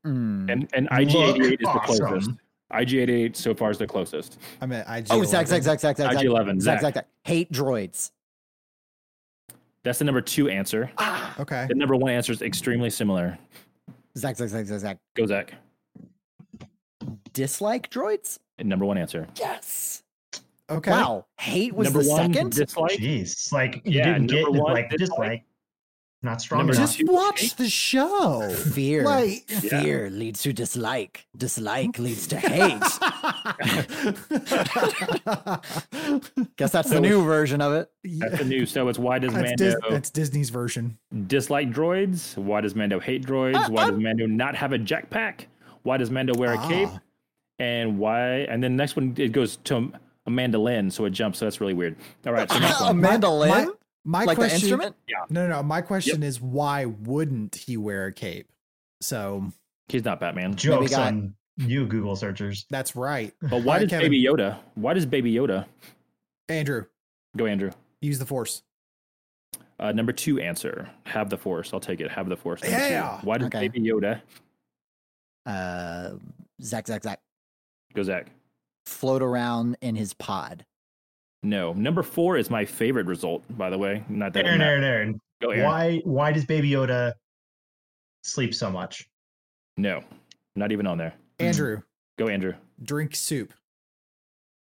C: Hmm.
E: and and
D: Look
E: IG88 is the
D: awesome.
E: closest. IG88 so far is the closest.
B: I meant IG.
C: Oh Zach Zach Zach Zach Zach Zach
E: IG11.
C: Zach
E: Zach.
C: Zach Zach hate droids.
E: That's the number two answer.
C: Ah
B: Okay.
E: The number one answer is extremely similar.
C: Zach Zach Zach Zach Zach
E: Go Zach.
C: dislike droids?
E: Number one answer.
C: Yes.
B: Okay.
C: Wow. Hate was
E: number
C: the
E: one
C: second?
E: dislike.
D: Jeez, like you
E: Yeah,
D: didn't get
E: number one,
D: like
E: dislike.
D: just like not strong
E: Number
D: enough.
B: Just watch the show.
C: Fear.
B: Like-
C: Fear leads to dislike. Dislike leads to hate. Guess that's the
E: So-
C: new version of it.
E: That's the new. So it's why does
B: That's,
E: Mando
B: Dis- that's Disney's version.
E: dislike droids? Why does Mando hate droids?
C: Uh,
E: why
C: uh.
E: does Mando not have a jetpack? Why does Mando wear a cape?
B: Ah.
E: And why? And then next one it goes to Amanda Lynn, so it jumps. So that's really weird. All right. So next
C: A
E: one.
C: mandolin?
B: My, my
C: eh? like the
B: question,
C: instrument?
B: No, no, no. My question is why wouldn't he wear a cape? So
E: He's not Batman.
D: Jokes
C: got-
D: on you, Google searchers.
B: that's right.
E: But
B: All
E: why
B: right,
E: does
B: Kevin.
E: Baby Yoda? Why does Baby Yoda?
B: Andrew,
E: Go Andrew.
B: use the force.
E: Uh, number two answer. Have the force. I'll take it. Have the force. number two.
B: Yeah.
E: Why does
C: Okay.
E: Baby Yoda?
C: Uh Zach Zach Zach
E: Go Zach.
C: float around in his pod.
E: No. Number four is my favorite result, by the way. Not that. it
D: Aaron,
E: matters.
D: Aaron, Aaron.
E: Go Aaron.
D: Why why does Baby Yoda sleep so much?
E: No. Not even on there.
B: Andrew,
E: Go Andrew.
B: drink soup.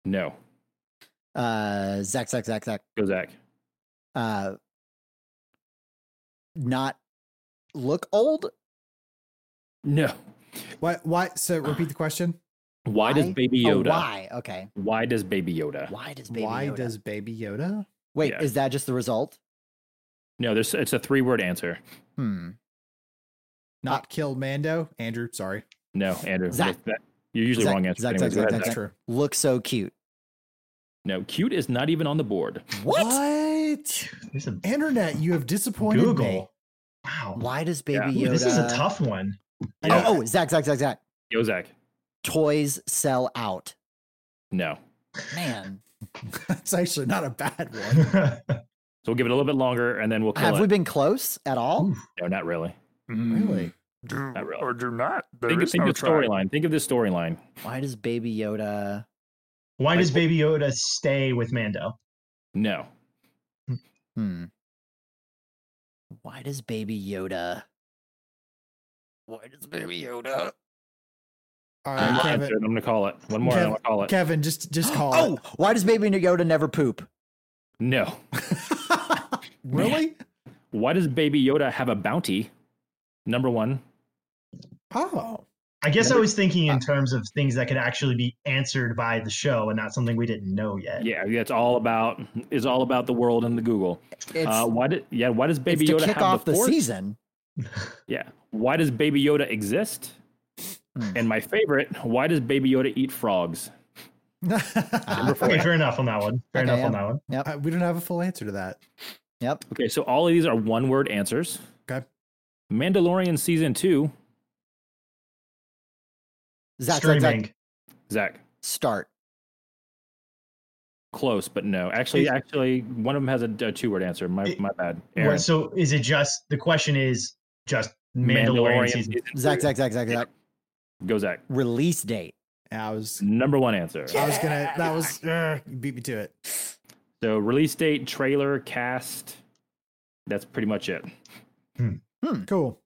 E: No.
C: Uh, Zach Zach Zach Zach.
E: Go Zach.
C: Uh, not look old. Oh,
E: No.
B: What? What? So repeat the question.
E: Why, does
C: Why?
E: Baby
C: Oh,
E: Yoda? why?
C: why? Okay.
E: does Baby Yoda?
C: Why does baby?
B: why
C: Yoda-
B: does Baby Yoda?
C: Wait,
E: Yeah.
C: is that just the result?
E: No, there's it's a three word answer.
C: Hmm.
B: Not kill Mando? Andrew, sorry.
E: No, Andrew.
C: Zach.
E: that- you're usually
C: Zach,
E: wrong answer.
C: Zach,
E: anyways. Go
C: Zach, Zach,
E: ahead,
C: Zach,
B: That's
E: Zach.
B: true.
C: Look so cute.
E: No, cute is not even on the board.
C: What?
B: What?
D: This is
B: Internet, you have disappointed me.
D: Google. Wow.
C: Why does baby
D: Ooh,
C: Yoda?
D: this is a tough one.
C: I
E: Yeah.
C: know. Oh, Zach Zach Zach Zach.
E: Go Zach.
C: Toys sell out.
E: No.
C: Man,
B: That's actually not a bad one.
D: Ooh,
E: So we'll give it a little bit longer, and then we'll kill
C: have
E: it.
C: we been close at all?
E: no, not really.
C: Hmm.
B: really?
A: Do
E: Not really.
A: or do not. There
E: Think of,
A: is
E: think
A: no
E: of
A: try.
E: storyline. Think of this storyline.
C: Why does baby Yoda?
D: why does
E: Like-
D: Baby Yoda stay with Mando?
E: No.
C: Hmm. Why does baby Yoda? Why does baby Yoda?
B: All
E: One
C: Uh,
B: right,
E: more
B: Kevin.
E: answer, and I'm gonna call it. One more. and I'm gonna call it.
B: Kevin, just just call
C: Oh,
B: it.
C: why does baby Yoda never poop?
E: No.
B: really?
E: Why does Baby Yoda have a bounty? Number one.
B: Oh.
D: I guess I
E: Number-
D: was thinking in terms of things that could actually be answered by the show and not something we didn't know yet.
E: Yeah, that's all about is all about the world and the Google.
C: It's,
E: Uh, why did yeah? Why does
C: it's
E: Baby
C: to
E: Yoda
C: kick
E: have
C: off the,
E: the, force?
C: season.
E: Yeah. Why does Baby Yoda exist?
C: Hmm.
E: And my favorite, why does Baby Yoda eat frogs?
C: Ah,
B: Uh,
D: Okay, fair enough on that one. Fair
C: Okay,
D: enough on
C: yeah.
D: that one.
B: we don't have a full answer to that.
C: Yep.
E: Okay, so all of these are one-word answers.
B: Okay.
E: Mandalorian season two,
C: Zach, Zach,
D: Streaming.
C: Zach,
E: Zach.
C: start.
E: Close, but no. Actually,
D: Is-
E: actually, one of them has a, a two-word answer. My
D: It-
E: my bad.
D: Well,
E: Aaron.
D: So is it just the question is just Mandalorian season.
E: season
C: Zach,
E: three.
C: Zach, Zach, Zach, Zach.
E: Go Zach.
C: Release date.
B: I was
E: Number one answer.
B: I was gonna that was uh, you beat me to it.
E: So release date, trailer, cast. That's pretty much it.
B: Cool.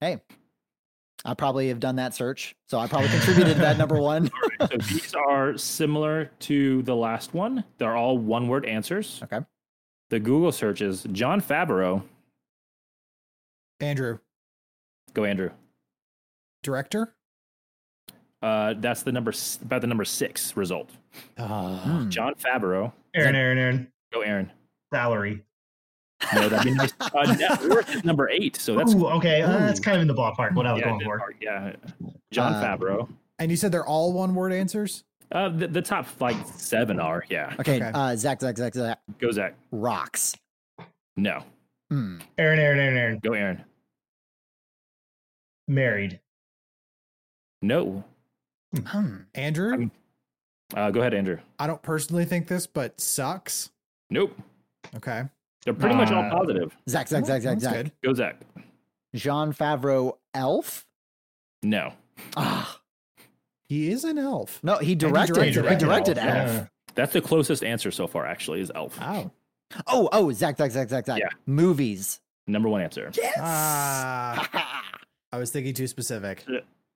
C: I probably have done that search, so I probably contributed to that number one.
E: So these are similar to the last one. They're all one word answers.
C: Okay.
E: The Google search is John Favreau.
B: Andrew,
E: Go Andrew.
B: director?
E: Uh, that's the number s- about the number six result.
B: Uh,
C: Hmm.
E: John Favreau.
D: Aaron, Aaron, Aaron.
E: Go Aaron.
D: Salary.
E: No, that'd be nice. Uh, net worth is number eight. So that's
D: Ooh, okay. uh, that's
C: Ooh.
D: kind of in the ballpark what I was
E: yeah,
D: going
E: net
D: for.
E: worth, yeah. John
C: Uh,
E: Favreau.
B: and you said they're all one word answers?
E: Uh, the, the top like seven are yeah.
C: Okay,
B: Okay.
C: Uh, Zach, Zach, Zach, Zach.
E: Go Zach.
C: Rocks.
E: No.
C: Hmm.
D: Aaron, Aaron, Aaron, Aaron.
E: Go Aaron.
D: Married.
E: No.
C: Hmm.
B: Andrew?
E: I'm- Uh, go ahead, Andrew.
B: I don't personally think this, but sucks.
E: Nope.
B: Okay.
E: They're pretty much all
D: Uh,
E: positive.
C: Zach, Zach, Zach, Zach,
B: That's
C: Zach.
B: good.
E: Go Zach.
C: John Favreau, Elf.
E: No.
C: Ah,
B: He is an elf.
C: no, he
B: he
C: directed. He directed,
D: directed
C: Elf.
D: Elf, yeah.
E: That's the closest answer so far, actually, is Elf.
B: Wow.
C: Oh, oh, Zach, Zach, Zach, Zach, Zach.
E: Yeah.
C: Movies.
E: Number one answer.
C: Yes.
B: Ah, I was thinking too specific.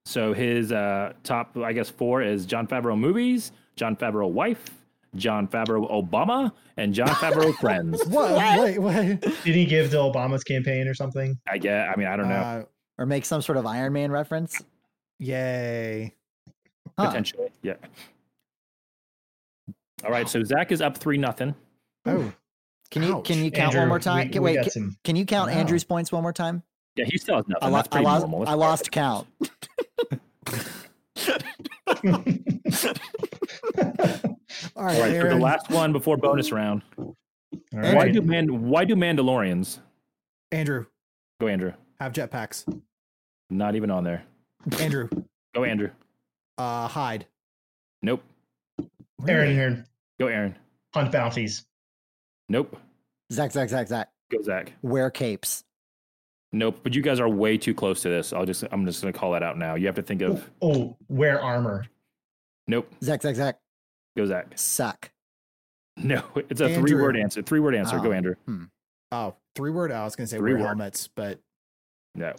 E: So his uh, top, I guess, four is John Favreau movies, John Favreau wife, John Favreau Obama, and John Favreau friends.
B: What? Wait, wait.
D: Did he give to Obama's campaign or something?
E: I get. I mean, I don't know.
B: Uh,
C: or make some sort of Iron Man reference.
B: yay.
C: Huh.
E: Potentially, yeah. All right, so Zach is up three nothing.
B: Oh,
C: Can you
B: Ouch.
C: can you count one
D: Andrew,
C: more time?
D: we-
C: Can-
D: we
C: wait,
D: got
C: can,
D: some-
C: can you count
B: Wow.
C: Andrew's points one more time?
E: Yeah, he still has nothing.
C: I, lo-
E: That's
C: I
E: pretty
C: lost.
E: normal.
C: I lost count.
B: all
E: All
B: right,
E: right, so the
B: Aaron.
E: last one before bonus round.
D: All
C: Andrew.
E: Why
D: right.
E: do man? Why do Mandalorians?
B: Andrew,
E: Go Andrew.
B: have jetpacks.
E: Not even on there.
B: Andrew,
E: Go Andrew.
B: uh, hide.
E: Nope.
D: Aaron, Aaron.
E: Go Aaron.
D: Hunt bounties.
E: Nope.
C: Zach, Zach, Zach, Zach.
E: Go Zach.
C: Wear capes.
E: Nope. But you guys are way too close to this. I'll just I'm just gonna call that out now. You have to think of
D: Oh, wear armor.
E: nope.
C: Zach, Zach, Zach.
E: Go Zach.
C: Suck.
E: No. It's a
B: Andrew.
E: three word answer. Three word answer.
C: Oh.
E: Go Andrew.
B: Oh, three word. I was going to say
E: Three
B: wear
E: word.
B: helmets, but
E: No.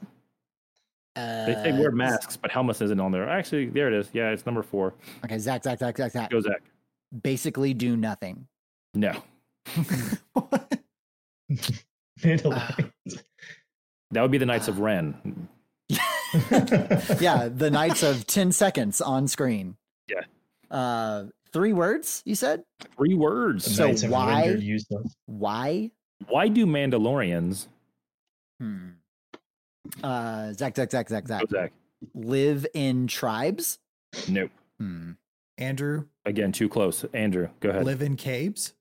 C: Uh,
E: They say wear masks, but helmets isn't on there. Actually, there it is. Yeah, it's number four.
C: Okay, Zach, Zach, Zach, Zach, Zach.
E: Go Zach.
C: Basically, do nothing.
E: No.
C: Ah.
D: Mandalorian.
E: That would be the Knights of Ren.
C: Yeah, the nights of ten seconds on screen.
E: Yeah.
C: Uh, three words. You said
E: Three words.
C: So
D: Knights of
C: why-
D: Rendered Useless.
C: why?
E: Why do Mandalorians
C: Hmm. Uh, Zach, Zach, Zach, Zach, Zach.
E: go Zach?
C: Live in tribes.
E: Nope.
C: Hmm.
B: Andrew,
E: Again, too close. Andrew, go ahead.
B: live in caves.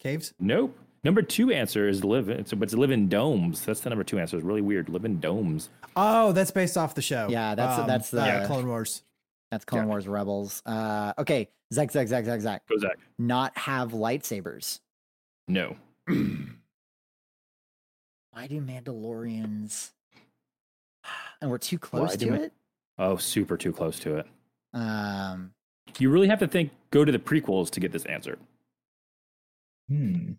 B: Caves.
E: Nope. Number two answer is live. It's, but it's live in domes. That's the number two answer. It's really weird. Live in domes.
B: Oh, that's based off the show.
C: Yeah, that's- that's the-
B: yeah, Clone Wars.
C: That's Clone
E: Yeah.
C: Wars Rebels. Uh, okay, Zach, Zach, Zach, Zach, Zach.
E: Go Zach.
C: Not have lightsabers.
E: No.
C: Why do Mandalorians? And we're too close
E: do
C: to
E: Ma-
C: it.
E: Oh, super too close to it.
C: Um,
E: You really have to think. Go to the prequels to get this answer.
D: Hmm.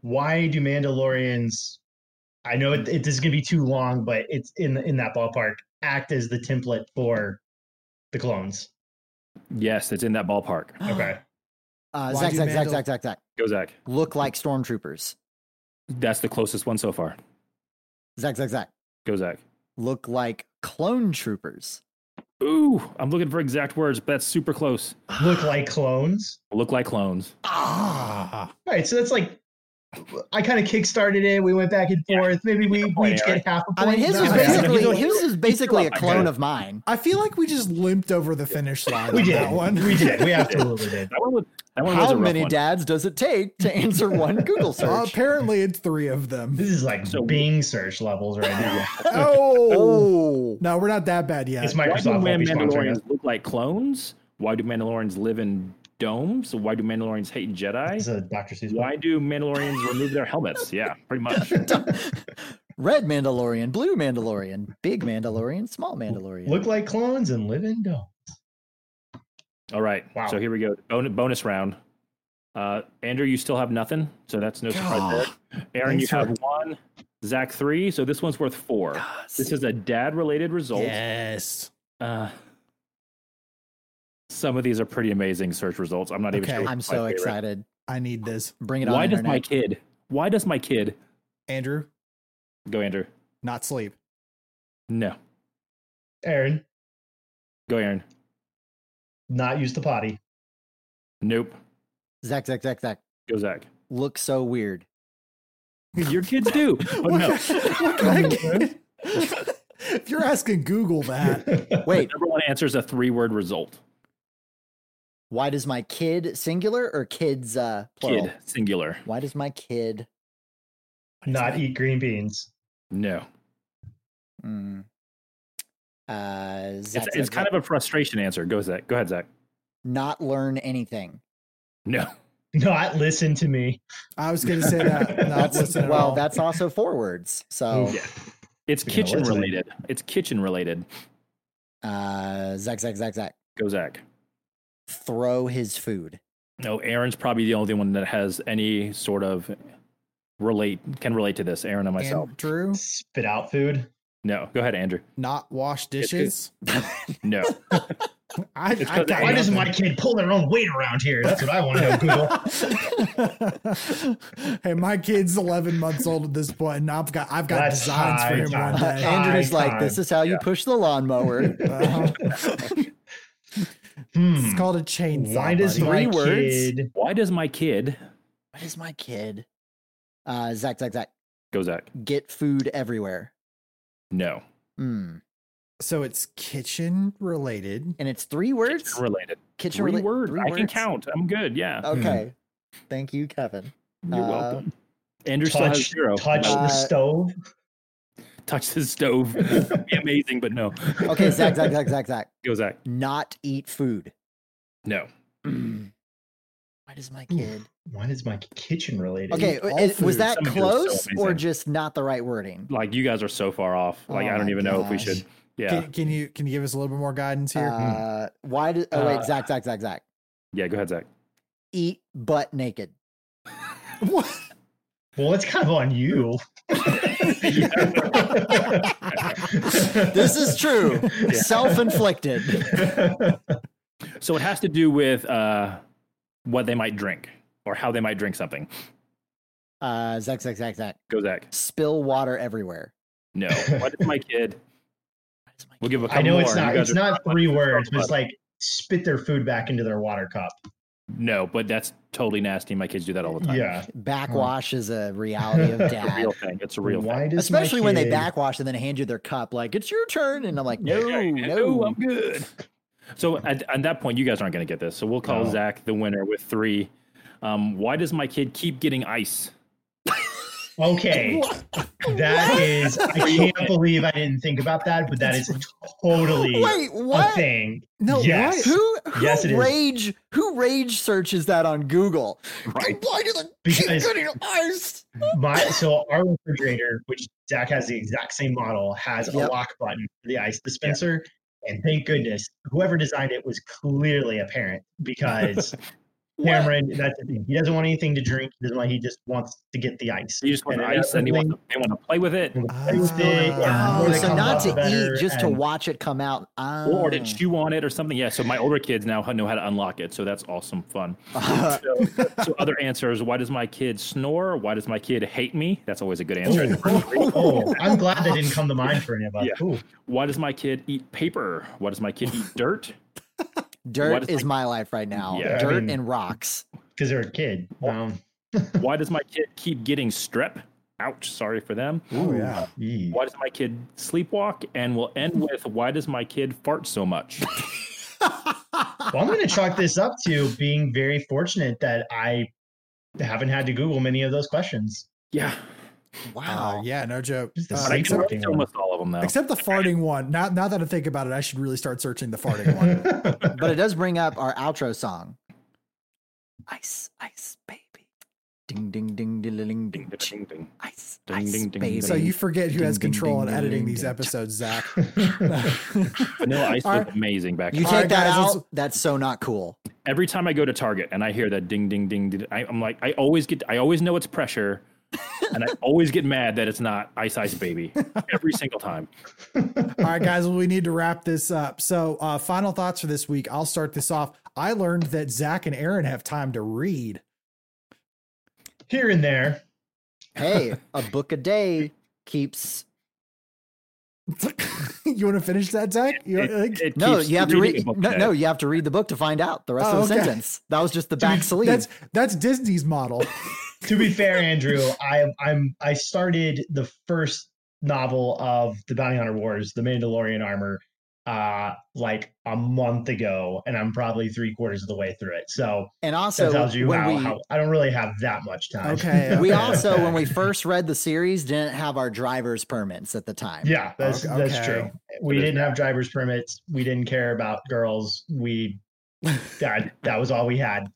D: Why do Mandalorians? I know it, it, this is going to be too long, but it's in in that ballpark. Act as the template for the clones.
E: Yes, it's in that ballpark.
D: Okay.
C: Uh,
B: Why
C: Zach,
B: do
C: Zach, Zach,
B: Mandal-
C: Zach, Zach, Zach.
E: Go Zach.
C: Look like stormtroopers.
E: That's the closest one so far.
C: Zach, Zach, Zach.
E: Go Zach.
C: Look like clone troopers.
E: Ooh, I'm looking for exact words, but that's super close.
D: Look like clones.
E: Look like clones.
B: Ah,
D: All right, so that's like I kind of kickstarted it. We went back and
E: Yeah.
D: forth. Maybe we, we
E: point,
D: each
E: Aaron.
D: get half a
C: I
D: point.
C: mean, his
D: No,
C: was
D: I mean,
C: basically
D: we-
C: his was basically a
E: up my
C: clone
E: head.
C: of mine.
B: I feel like we just limped over the finish line.
D: we
B: on
D: did.
B: that one.
D: We did. We absolutely did.
E: That one was. That one was
C: How
E: a rough
C: many
E: one.
C: dads does it take to answer one Google
B: Uh,
C: search?
B: apparently, it's three of them.
D: This is like
E: So-
D: Bing search levels right now.
B: Oh,
C: oh,
B: no, we're not that bad yet.
D: It's
E: Why do
D: Microsoft won't be sponsoring us.
E: Mandalorians look like clones? Why do Mandalorians live in domes? Why do Mandalorians hate Jedi?
D: It's a Dr. Seuss. book.
E: Why do Mandalorians remove their helmets? Yeah, pretty much.
C: Red Mandalorian, Blue Mandalorian, Big Mandalorian, Small Mandalorian.
D: Look like clones and live in domes.
E: All right.
D: Wow.
E: So here we go. Bonus, bonus round. Uh, Andrew, you still have nothing, so that's no surprise. there. Aaron, you
C: Thanks
E: have one. Zach three. So this one's worth four. This is a dad-related result.
B: Yes.
E: Uh, some of these are pretty amazing search results. I'm not even.
B: Okay.
E: Sure which
C: I'm
E: is my
C: so
E: favorite.
C: excited.
B: I need this.
C: Bring it on.
E: Why does my
C: internet.
E: kid? Why does my kid
B: Andrew,
E: go, Andrew?
B: not sleep.
E: No,
D: Aaron,
E: go, Aaron.
D: not use the potty.
E: Nope,
C: Zach, Zach, Zach, Zach
E: go, Zach.
C: look so weird?
E: Your kids do, but
B: What
E: no.
B: kind- what kind of kid- if you're asking Google that,
C: Uh, Wait,
E: Number one answer is a three-word result.
C: why does my kid singular or kids uh plural?
E: Kid singular.
C: Why does my kid
D: not eat green beans.
E: No,
C: mm, uh
E: it's, it's kind of a frustration answer. Go, Zach. Go ahead, Zach.
C: not learn anything?
E: No.
D: Not listen to me.
B: I was going to say that. Not
D: That's-
B: listen at
C: well,
B: all.
C: that's also four words. So
D: Oof.
E: It's
D: Speaking of
E: kitchen
D: listening.
E: related. It's kitchen related.
C: uh Zach, Zach, Zach, Zach.
E: Go, Zach.
C: Throw his food.
E: No, Aaron's probably the only one that has any sort of relate can relate to this. Aaron and myself.
B: Andrew,
D: Spit out food.
E: no, go ahead, Andrew.
B: not wash dishes.
E: No,
B: I,
E: It's
B: I
E: 'cause
B: got
D: Why does
B: nothing.
D: my kid pull their own weight around here? That's what I want to know, Google.
B: hey, my kid's 11 months old at this point, and I've got I've got
D: That's
B: designs for
D: high
B: him
D: time.
B: one
C: Uh,
B: day.
C: Andrew's
D: High
C: like, this
D: time.
C: is how you push the lawnmower.
B: Uh-huh.
D: Hmm.
B: It's called a chainsaw.
D: Why does
B: buddy.
D: my
C: Three words.
D: kid?
E: why does my kid
C: what is my kid? Uh Zach, Zach, Zach.
E: go Zach?
C: Get food everywhere.
E: No,
C: Mm.
B: so it's kitchen related.
C: And it's three words?
E: Kitchen related.
C: Kitchen
E: Three
C: rela-
E: words.
C: three
E: I can
C: words?
E: count. Hmm. I'm good. Yeah,
C: Okay. Thank you, Kevin.
E: you're
C: Uh,
E: welcome. Andrew still has
D: Touch,
E: zero.
D: touch
E: No.
C: Uh,
D: the stove.
E: touch the stove. It'd be amazing, but no.
C: Okay, Zach, Zach, Zach, Zach, Zach.
E: Go Zach.
C: Not eat food.
E: No, Mm.
C: Why does my
D: Oof.
C: kid?
D: Why is my kitchen related?
C: Okay,
B: all
C: it- was
B: food.
C: that
E: Some of you are so
C: close or
E: amazing.
C: just not the right wording?
E: like you guys are so far off. Like
C: Oh
E: I don't
C: my
E: even know if we
C: gosh.
E: should. Yeah,
B: Can, can you can you give us a little bit more guidance here?
C: Uh, why did? Oh wait,
E: Hmm. Uh,
C: Zach, Zach, Zach, Zach.
E: yeah. Go ahead, Zach.
C: Eat butt naked.
B: What?
D: Well, that's kind of on you.
C: This is true. Self-inflicted.
E: So it has to do with uh, what they might drink or how they might drink something.
C: Uh, Zach, Zach, Zach, Zach.
E: Go Zach.
C: Spill water everywhere.
E: No. What is my kid?
C: Why does my
E: We'll give a couple
D: I know
E: more.
D: it's
E: You
D: not.
E: guys
D: It's
E: are-
D: not three words, but it's like spit their food back into their water cup.
E: No, but that's totally nasty. My kids do that all the time.
D: Yeah.
C: kid- Backwash is a reality of
E: It's a
C: dad.
E: real thing. It's a real thing.
D: Why does my
C: Especially when they
D: kid-
C: backwash and then hand you their cup, like it's your turn, and I'm like, no,
E: Yeah, yeah, yeah.
C: no,
E: I'm good. So at, at that point, you guys aren't going to get this. So we'll call
D: No.
E: Zach the winner with three. Um, why does my kid keep getting ice?
D: Okay, that is. I can't believe I didn't think about that, but that is totally
C: Wait,
D: a
C: what?
D: thing.
B: No,
D: Yes.
B: what?
C: Who, who
D: Yes, it is.
C: rage who rage searches that on Google?
E: Right.
C: Why do they keep
D: Because-
C: getting ice?
D: My so our refrigerator, which Zach has the exact same model, has
C: Yep.
D: a lock button for the ice dispenser. And thank goodness whoever designed it was clearly a parent because Cameron, that's the thing. He doesn't want anything to drink. He doesn't want. He just wants to get the ice.
E: He just wants
D: And it
E: ice and he
D: doesn't-
E: wants to, they want to play with it
D: Taste it,
B: Ah.
D: yeah, the
C: Oh,
D: more they
C: so
D: come
C: not
D: out,
C: to
D: the better,
C: eat, just to
D: and-
C: watch it come out. Ah.
E: or to chew on it or something. Yeah. So my older kids now know how to unlock it. So that's awesome fun.
C: Uh,
E: So, so other answers. Why does my kid snore? Why does my kid hate me? That's always a good answer.
D: Oh, I'm glad that didn't come to mind for any of us.
E: Yeah.
D: Ooh.
E: Why does my kid eat paper? Why does my kid eat dirt? What
C: dirt
E: is
C: is my life right now.
E: Yeah,
D: I
C: dirt
D: mean-
C: and rocks.
D: because they're a kid. Um,
E: Why does my kid keep getting strep? Ouch, sorry for them.
B: Oh, yeah.
D: ee.
E: Why does my kid sleepwalk? And we'll end with why does my kid fart so much?
D: Well, I'm going to chalk this up to being very fortunate that I haven't had to Google many of those questions.
E: Yeah.
B: Uh,
C: Wow.
B: yeah, no joke.
D: Just the
B: Uh,
E: But I can
B: except,
E: relate to almost all of them though.
B: except the farting one. Now, now that I think about it, I should really start searching the farting one.
C: But it does bring up our outro song. Ice, ice, baby. Ding ding ding ding ding ding.
E: Ding,
C: ding.
E: ding, ding.
C: Ice,
E: Ding,
C: ice,
E: ding, ding,
C: baby.
E: ding.
B: So you forget who
C: Ding,
B: has
C: ding,
B: control
C: ding,
B: in editing
C: ding,
B: these
C: ding.
B: episodes, Zach.
E: Vanilla Ice
B: Our-
E: looked amazing back
C: You
E: then.
B: All right,
C: take that
B: guys, let's-
C: out. That's so not cool.
E: Every time I go to Target and I hear that ding, ding, ding, ding I, I'm like, I always get, I always know it's pressure, and I always get mad that it's not Ice Ice Baby every single time.
B: All right, guys, well, we need to wrap this up. So, uh, final thoughts for this week. I'll start this off. I learned that Zach and Aaron have time to read.
D: Here and there.
C: Hey, a book a day keeps.
B: you want to finish that, Zach? You
E: It-
B: like-
E: it
C: No,
E: keeps
C: you have to
E: reading
C: read.
E: a book
C: No,
E: day.
C: no, you have to read the book to find out the rest
B: Oh,
C: of the
B: okay.
C: sentence. That was just the back sleeve.
B: that's that's Disney's model.
D: to be fair, Andrew, I I'm I started the first novel of the Bounty Hunter Wars, The Mandalorian Armor, uh, like a month ago, and I'm probably three quarters of the way through it. So
C: and
D: that
C: also,
D: tells you
C: when
D: how,
C: we
D: how I don't really have that much time.
B: Okay.
C: we
B: okay.
C: also when we first read the series didn't have our driver's permits at the time.
D: Yeah, that's
B: Okay,
D: that's
B: okay.
D: true. We
E: is
D: didn't have driver's permits. We didn't care about girls. We that that was all we had.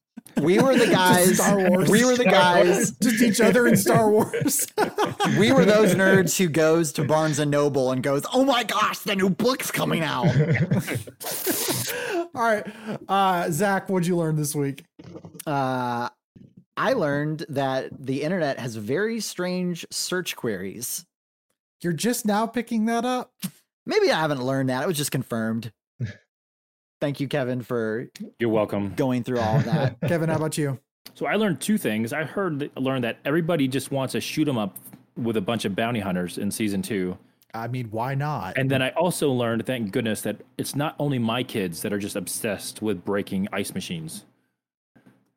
C: We were the
B: Just
C: guys.
B: Star Wars.
C: We were the
D: Star
C: guys.
B: just each other in Star Wars.
C: We were those nerds who goes to Barnes and Noble and goes, "Oh my gosh, the new book's coming out."
B: All right, uh, Zach, what'd you learn this week?
C: Uh, I learned that the internet has very strange search queries.
B: You're just now picking that up.
C: Maybe I haven't learned that. It was just confirmed. Thank you, Kevin, for
E: You're welcome.
C: going through all of that.
B: Kevin, how about you?
E: So I learned two things. I heard that, learned that everybody just wants a shoot 'em up with a bunch of bounty hunters in season two,
B: I mean, why not?
E: and then I also learned, thank goodness, that it's not only my kids that are just obsessed with breaking ice machines.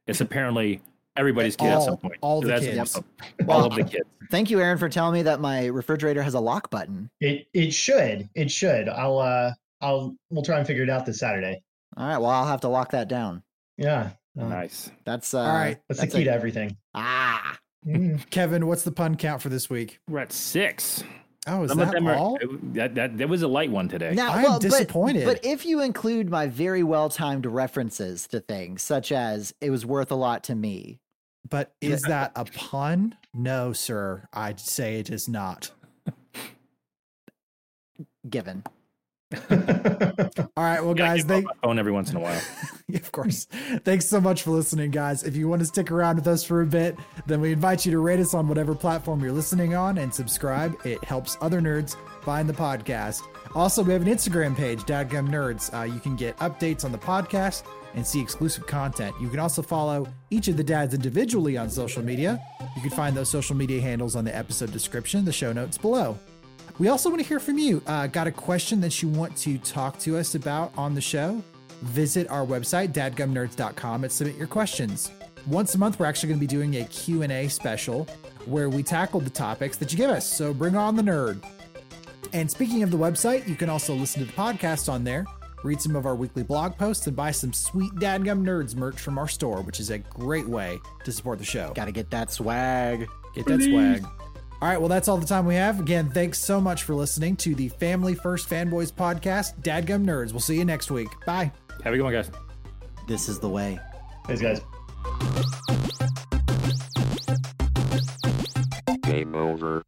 E: It's apparently everybody's kid at
B: All-
E: some point.
B: all the
E: that's-
B: kids.
E: all of the kids.
C: Thank you, Aaron, for telling me that my refrigerator has a lock button.
D: It it should it should. I'll uh I'll we'll try and figure it out this Saturday.
C: All right, well, I'll have to lock that down.
D: Yeah, uh,
E: Nice.
C: That's uh,
B: All right,
D: that's,
C: That's
D: the key
C: it.
D: to everything.
C: Ah,
D: Mm.
B: Kevin, what's the pun count for this week?
E: We're at six.
B: Oh, is
E: Some of
B: that
E: them are.
B: all?
E: That, that that was a light one today.
C: now
B: I'm
C: well,
B: disappointed.
C: But, but if you include my very well timed references to things, such as "It was worth a lot to me,"
B: But is that a pun? No, sir. I'd say it is not.
C: given.
B: All right, well,
E: Yeah, I
B: guys,
E: give
B: they
E: up my phone every once in a while.
B: of course. Thanks so much for listening, guys. If you want to stick around with us for a bit, then we invite you to rate us on whatever platform you're listening on and subscribe. It helps other nerds find the podcast. Also, we have an Instagram page, Dadgum Nerds. Uh, you can get updates on the podcast and see exclusive content. You can also follow each of the dads individually on social media. You can find those social media handles on the episode description, the show notes below. We also want to hear from you. Uh, got a question that you want to talk to us about on the show? Visit our website, dadgumnerds.com, and submit your questions. Once a month, we're actually going to be doing a Q&A special where we tackle the topics that you give us. So bring on the nerd. And speaking of the website, you can also listen to the podcast on there, read some of our weekly blog posts, and buy some sweet Dadgum Nerds merch from our store, which is a great way to support the show.
C: Got to get that swag.
B: Get that swag. All right, well, that's all the time we have. Again, thanks so much for listening to the Family First Fanboys podcast, Dadgum Nerds. We'll see you next week. Bye.
E: Have a good one, guys.
C: This is the way.
D: Thanks, guys.
A: Game over.